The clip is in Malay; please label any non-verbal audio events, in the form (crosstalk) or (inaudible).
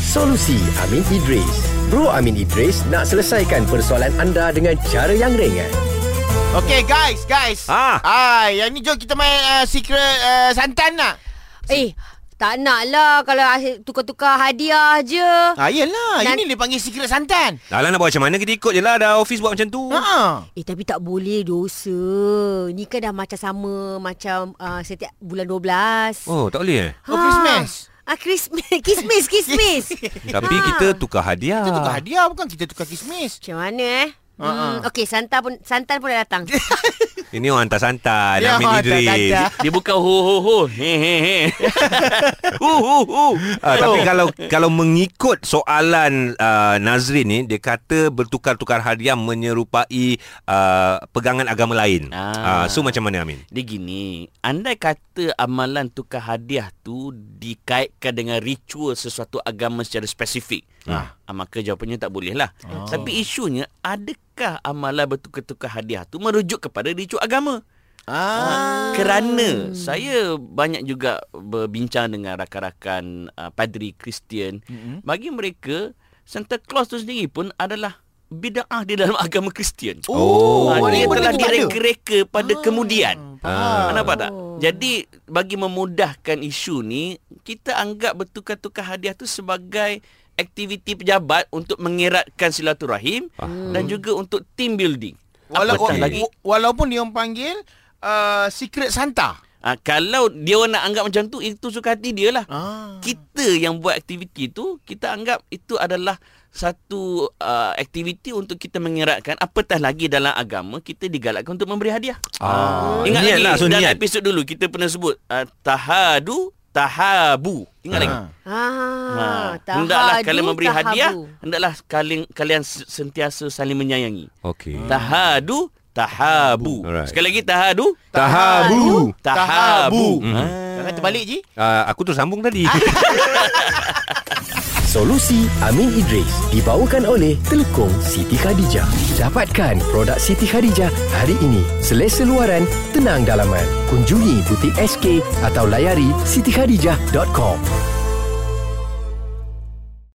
Solusi Amin Idris Bro Amin Idris nak selesaikan persoalan anda dengan cara yang ringan. Okay guys, guys. Ah. Ah, yang ni jom kita main uh, secret uh, santan lah. Eh, tak nak lah kalau asyik tukar-tukar hadiah je. Ah, yelah. Dan- Ini dia panggil secret santan. Dah lah nak buat macam mana Kita ikut je lah Dah office buat macam tu Ha. Eh, tapi tak boleh dosa. Ni kan dah macam sama macam uh, setiap bulan 12. Oh tak boleh eh Oh, Christmas. Ah, Christmas. Kismis, (laughs) kismis. (laughs) Tapi Ha. kita tukar hadiah Kita tukar hadiah bukan kita tukar kismis. Macam mana eh? Ha, Ah, Hmm, okey, santan pun santan pun dah (laughs) datang. Ini orang hantar santan Ya, Amin tak, Idris tak, tak. Dia bukan ho ho ho. He he he. (laughs) Hu hu hu. Oh. Ah, tapi kalau kalau mengikut soalan uh, Nazrin ni dia kata bertukar-tukar hadiah menyerupai uh, pegangan agama lain. Ah. Ah. Uh, so macam mana Amin? Dia gini, andai kata amalan tukar hadiah tu dikaitkan dengan ritual sesuatu agama secara spesifik. Ah. Ah. maka jawapannya tak boleh lah. Oh. Tapi isunya, adakah amalan bertukar-tukar hadiah tu merujuk kepada ritual agama? Ah. Kerana saya banyak juga berbincang dengan rakan-rakan uh, padri Kristian. Mm-mm. Bagi mereka, Santa Claus tu sendiri pun adalah bid'ah di dalam (laughs) agama Kristian. Oh, Oh, Ah, dia dia telah telah direka. direka pada kemudian. Ah. Ah. Nampak tak? Oh. Jadi bagi memudahkan isu ni, kita anggap bertukar-tukar hadiah tu sebagai aktiviti pejabat untuk mengeratkan silaturahim Faham. dan juga untuk team building. Wala- Okey. Apatah lagi wa- walaupun Oh, dia orang panggil uh, secret santa. ah, kalau dia orang nak anggap macam tu itu suka hati dia lah. Ah. Kita yang buat aktiviti tu kita anggap itu adalah satu uh, aktiviti untuk kita mengeratkan apatah lagi dalam agama kita digalakkan untuk memberi hadiah. Ah. Ingat niat lagi lah, so dalam niat. episod dulu kita pernah sebut uh, tahadu tahabu. Ingat Ah. lagi. ah, Ha, hendaklah tahadu, kalian memberi tahabu. hadiah, hendaklah kalian kalian se- sentiasa saling menyayangi. Okey. Tahadu Eh. tahabu. Alright. Sekali lagi tahadu Tahabu. tahabu. Mm. Jangan terbalik je. Ah, aku tu sambung (laughs) tadi. Solusi Amin Idris dibawakan oleh Telukong Siti Khadijah. Dapatkan produk Siti Khadijah hari ini. Selesa luaran, tenang dalaman. Kunjungi butik SK atau layari sitikhadijah.com.